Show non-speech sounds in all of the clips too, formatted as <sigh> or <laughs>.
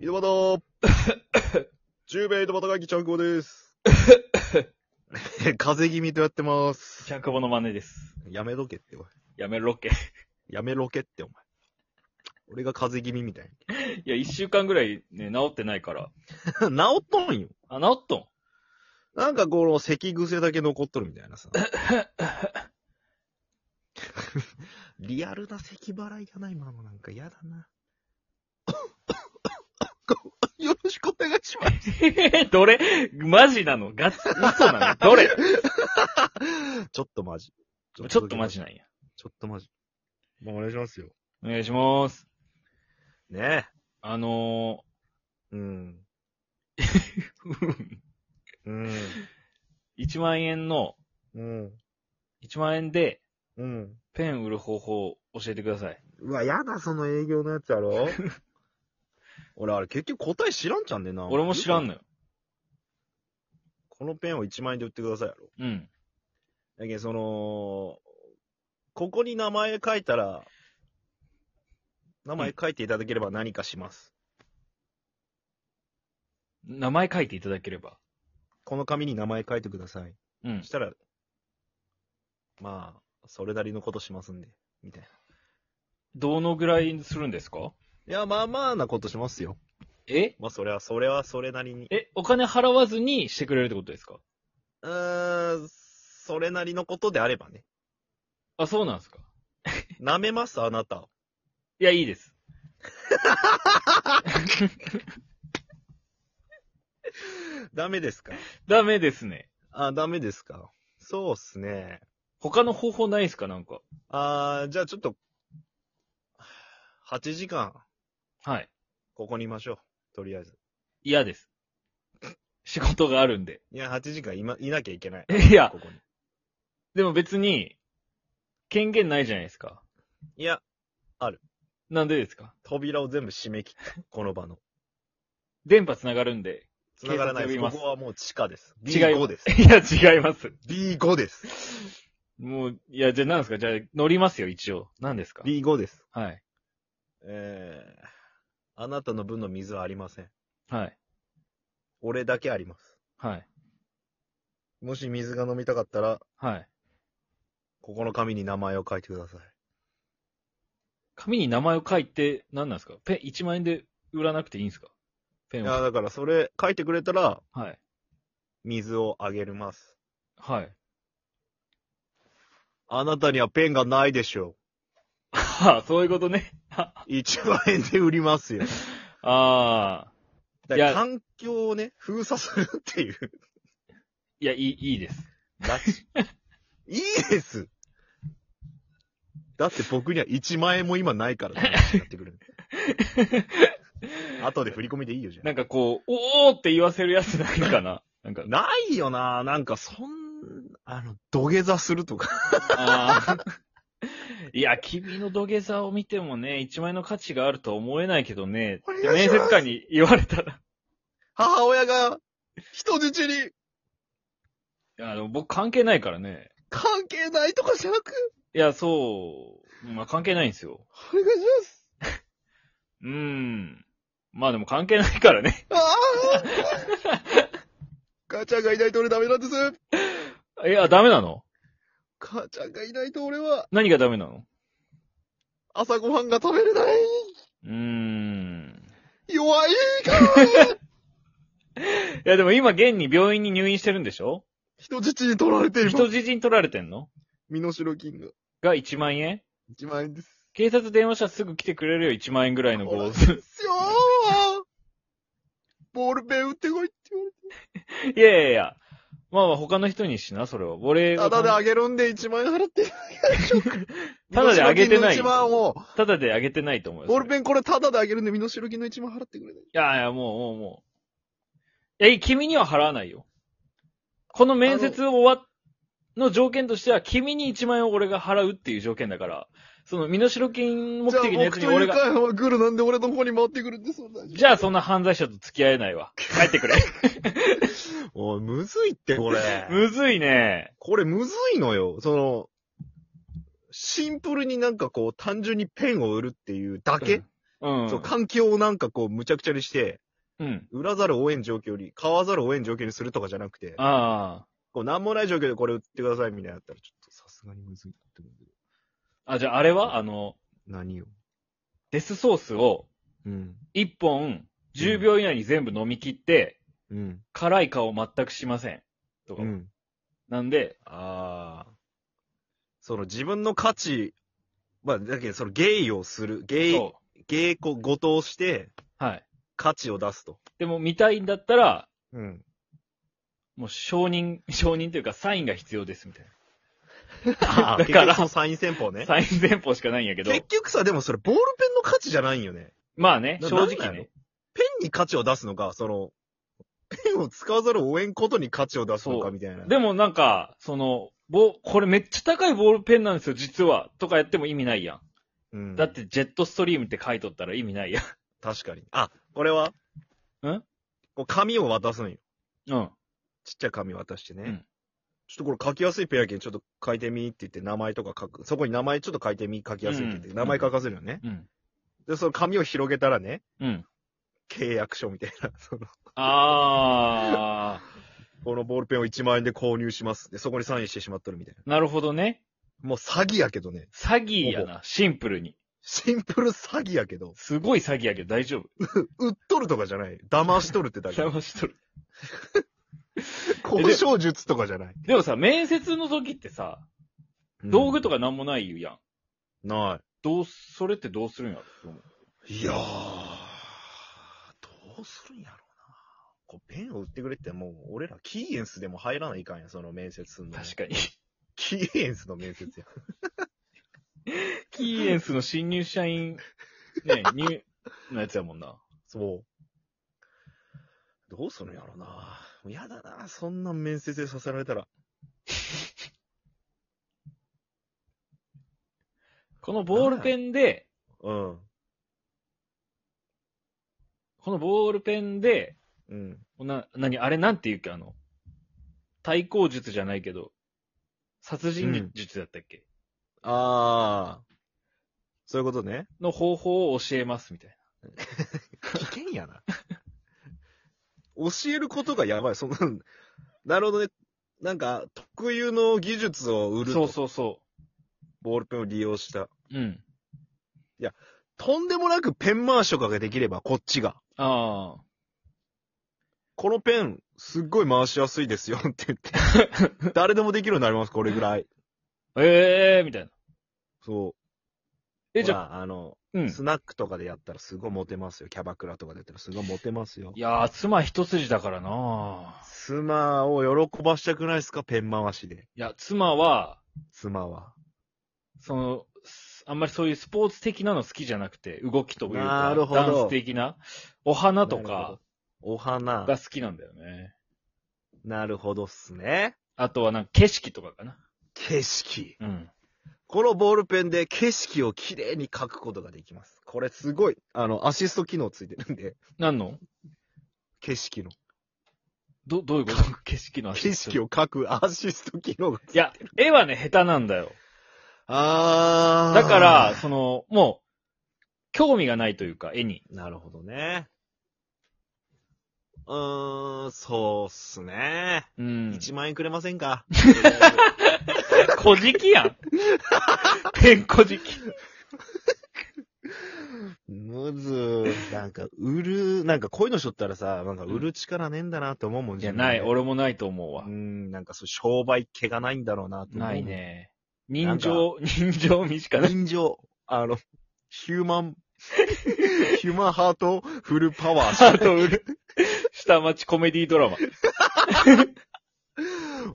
井戸端 <laughs> 中米井戸端会議ちゃんこです。 <laughs> 風邪気味とやってます。ちゃんくぼの真似です。やめろけって、おい。やめろけ。 <laughs> やめろけって、お前。俺が風邪気味みたいいや、一週間ぐらいね、治ってないから。な。 <laughs> 治っとんよ。あ、治っとん。なんかこの咳癖だけ残っとるみたいな <laughs> さ。リアルな咳払いじゃない、今のなんか嫌だな。 <laughs> よろしくお願いします。 <laughs> どれマジなのガチ、嘘な <laughs> のどれちょっとマジ。ちちょっとマジなんや。ちょっとマジ。まあ、お願いしますよ。お願いします。ねあのえ。うん。ー、 <laughs> うん。 1万円の、うん。 1万円でうん。ペン売る方法を教えてください。うわ、やだ、その営業のやつやろ <laughs> 俺、あれ結局答え知らんちゃんでな。俺も知らの。んのよ。このペンを1万円で売ってくださいやろ。うん。だけど、その、ここに名前書いたら、名前書いていただければ何かします。名前書いていただければ。この紙に名前書いてください。うんそし。たら、まあ、それなりのことしますんで、みたいな。どのぐらいするんですかいや、まあまあなことしますよ。えまあ、それは、それは、それなりに。え、お金払わずにしてくれるってことですかうーん、それなりのことであればね。あ、そうなんですか舐めます、あなた。 <laughs> いや、いいです。ダメですかダメですね。あ、ダメですかそうっすね。他の方法ないですかなんか。あー、じゃあちょっと、8時間、はい。ここにいましょう。とりあえず。嫌です。 <laughs> 仕事があるんで。 <laughs> いや、8時間いま、いなきゃいけない。いやここに。でも別に、権限ないじゃないですか。いや、なんでですか扉を全部閉め切った。この場の。電波繋がるんで。繋がらないです。警察こ呼びますこはもう地下です。違います B5 です。いや、 <laughs> 違います。 B5 です。もう、いや、じゃあ何ですかじゃあ乗りますよ、一応。何ですか B5 です。はい。えー、あなたの分の水はありません。はい。俺だけあります。はい。もし水が飲みたかったら、はい。ここの紙に名前を書いてください。紙に名前を書いて、何なんですかペン、1万円で売らなくていいんですかペいンや、を。だからそれ書いてくれたら、はい。水をあげるます。はい。あなたにはペンがないでしょはあ、そういうことね。あう。1万円で売ります <laughs> よ。あだいからや環境をね、封鎖するっていう。ー。いや、いい、いいです。ガチ。 <laughs> いいです。だって僕には1万円も今ないから <laughs> って話になってくる。後で振り込みでいいよ、じゃ <laughs> なんかこう、おーって言わせるやつないかななんかあ。、ないよななんかそん、あの、土下座するとか。あー <laughs> いや、君の土下座を見てもね、一枚の価値があるとは思えないけどね、お願いしってます面接官に言われたら。母親が人質にいや、でも僕関係ないからね。関係ないとかじゃなく、いや、そう、まあ関係ないんですよ。お願いします。うーん。まあでも関係ないからね。 <laughs> ああ母ちゃんがいないと俺ダメなんですいや、ダメなの母ちゃんがいないと俺は何がダメなの朝ごはんが食べれないうーん。弱いからいや、でも今現に病院に入院してるんでしょ人質に取られてい人る。質に取られてんの身の代金がが1万円1万円です。警察電話したらすぐ来てくれるよ、1万円ぐらいのほら坊です主。よーボールペン打ってこいって言われて。いやいやいや。まあまあ他の人にしな、それは。俺はただであげるんで1万円払っていただけないでしょうか。 <laughs> ただであげてない身の代金の1万を、ただであげてないと思うよ。ボールそれペンこれただであげるんで身の代金の1万円払ってくれない。いやいや、もうもうもう。いや、君には払わないよ。この面接終わっ、の条件としては、君に1万円を俺が払うっていう条件だから、その身代金目じゃあ的のやつ僕にとい俺うが、会話はグルなんで俺の方に回ってくるんです。そんなじゃあそんな犯罪者と付き合えないわ。帰って <laughs> くれ。おい、むずいって、これ <laughs> むずいね。これむずいのよ。その、シンプルになんかこう、単純にペンを売るっていうだけ、うんうん。そう、環境をなんかこう、むちゃくちゃにして、うん。売らざる応援状況に、買わざる応援状況にするとかじゃなくて、あこう、なんもない状況でこれ売ってくださいみたいなのやったら、ちょっとさすがにむずいって思うけど。あ。あ、じゃああれはあの、何をデスソースをうん。 1本10秒以内に全部飲み切って、うん。辛い顔全くしません。とか。うん。なんで、ああ。その自分の価値、まあ、だけどそのゲイをする、ゲイ、そゲイ子ごとしてう。はい。価値を出すと。でも見たいんだったら、うん。もう承認、 <laughs> 承認というかサインが必要ですみたいああ、だだかからら。そのサイン戦法な。ね。サイン前方しかないんやけど。結局さ、でもそれボールペンの価値じゃないんよね。まあね、な正なん直なんやろね。ペンに価値を出すのか、その、ペンを使わざるを得んことに価値を出すのそかうみたいな。でもなんか、その、ぼ、これめっちゃ高いボールペンなんですよ、実は。とかやっても意味ないやん。うん、だっ、てジェットストリームって書いとったら意味ないや確かに。あ、これはんこう紙を渡すんよ。ん。うん。ちっちゃい紙渡してね。うんちょっとこれ書きやすいペンやけん、ちょっと書いてみって言って、名前とか書く。そこに名前ちょっと書いてみ、書きやすいって言って、うん名前書かせるよね。うん。で、その紙を広げたらね、うん。契約書みたいな、その、あこのボールペンを1万円で購入します。で、そこにサインしてしまっとるみたいー、なるほどね。な。もう詐欺やけどね。詐欺やな、シンプルに。シンプル詐欺やけど、すごい詐欺やけど大丈夫。売っとるとかじゃない。騙しとるって <laughs> だけ。騙しとる。交渉術とかじゃない。でもさ、面接の時ってさ、道具とかなんもない言うやん。うんなどう、それってどうするんやろって思うい。いやー、どうするんやろうな。こうペンを売ってくれってもう、俺らキーエンスでも入らないかんや、その面接すんの。確かに。キーエンスの面接や。キーエンスの新入社員、 <laughs> ね、入、のやつやもんな。そう。どうするんやろな。もうやだな。そんな面接でさせられたら。このボールペンで、うん。このボールペンで、うん。な、なに、あれなんて言うっけ、あの、対抗術じゃないけど、殺人術だったっけ、ああ。そういうことね。の方法を教えます、みたいな。危険やな。教えることがやばい。そんな、なるほどね。なんか、特有の技術を売るそうう。そうそボールペンを利用した。う。うん。とんでもなくペン回しとかができれば、こっちが。あこのペン、すっごい回しやすいですよ <laughs> って言 <laughs> って。誰でもできるようになります、これぐらい。あ。ええー、みたいな。そう。え、じゃあ、あ、あの、うん。スナックとかでやったらすごいモテますよ。キャバクラとかでやったらすごいモテますよい。やー、妻一筋だからな妻を喜ばしたくないですかペン回しで。いや、妻は、妻は。その、すあんまりそういうスポーツ的なの好きじゃなくて、動きというなかる、ほどダンス的な、お花となるかほど。お花。が好きなんだよね。なるほどっすね。あとはなんか景色とかかな。景色。うん。このボールペンで景色をきれいに描くことができます。これすごい、あの、アシスト機能ついてるんで、何の景色の。ど、どういうこと景色 <laughs> の景色を。を描くアシスト機能がついや、絵はね、下手なんだよ。あー。だから、、その、もう、興味がないというか、絵に。なるほどね。うーん、そうっすね。うん。 1万円くれませんか小じき <laughs> やん。ペン小じき。むず、なんか、売る、なんか、こういうのしょったらさ、なんか、売る力ねえんだなって思うもんいじゃや、ない。俺俺もないと思うわう。ん、なんか、そう、商売気がないんだろうなって思う。ない。ね。人情、人情味しかない。人情、あの、ヒューマン、ヒューマンハートフルパワーしハかー <laughs> ト売る。下町コメディドラマ。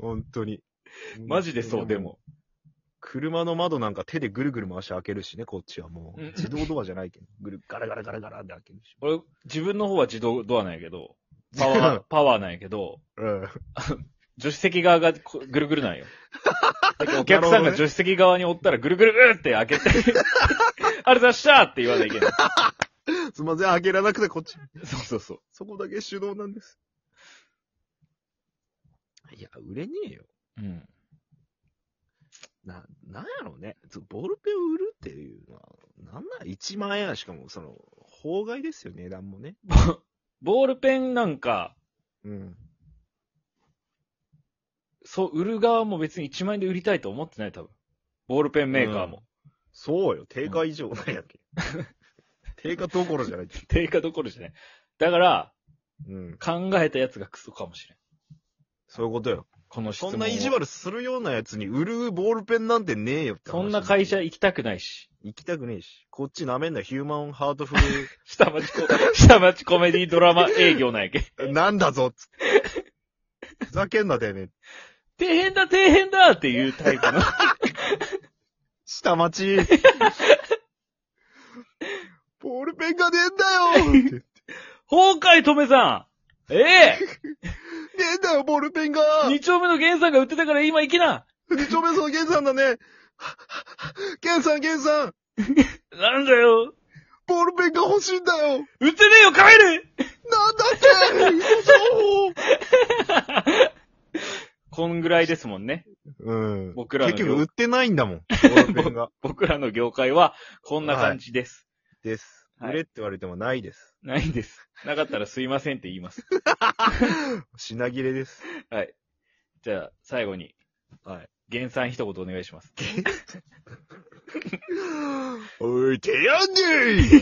本当に。 <laughs> マジでそう、で。も。車の窓なんか手でぐるぐる回し開けるしね、こっちはもううん。自動ドアじゃないけど。ぐる、ガラガラガラガラって開けるし。俺、自分の方は自動ドアなんやけど、パワー、パワーなんやけど、うん。助手席側がこぐるぐる <laughs> なんよ。お客さんが助手席側におったらぐるぐるぐるって開け <laughs> て、あれ出したって言わないけない。すいません、開けらなくてこっち。そうそうそう。そこだけ手動なんです。いや、売れねえよ。うん。な、なんやろうね。そうボールペンを売るっていうのは、なんなら1万円やしかも、その、法外ですよ、値段もね。ボールペンなんか、うん。そう、売る側も別に1万円で売りたいと思ってない、多分。ボールペンメーカーも。そうよ、定価以上なんやけ。 <laughs> 定価どころじゃないって。定価どころじゃない。だから、うん。考えたやつがクソかもしれん。そういうことよ。この質問そを。んな意地悪するようなやつに売るボールペンなんてねえよって話そんな会社行きたくないし。行きたくねえし。こっち舐めんなヒューマンハートフ <laughs> ル。下町コ、 <laughs> 下町コメディドラマ営業なんやけ。なんだぞっつってふざけんなてめえ。底辺だ、底辺だっていうタイプ <laughs> の。下 <laughs> 町。ボールペンがねえんだよって崩壊止めさんええねえんだよ、ボールペンが二丁目のゲンさんが売ってたから今行きな二丁目そのゲンさんだね。ゲンさん、ゲンさん、なんだよボールペンが欲しいんだよ。売ってねえよ帰れなんだって嘘情 <laughs> こんぐらいですもんね。報うん。僕らの結局売ってないんだもん。ボールペンが。僕らの業界は、こんな感じです。です。はい売れって言われてもない <laughs> です。ないんです。なかったらすいませんって言います。品切れです。はい。じゃあ、最後に、はい。ゲンさん一言お願いします。おい、てやんねー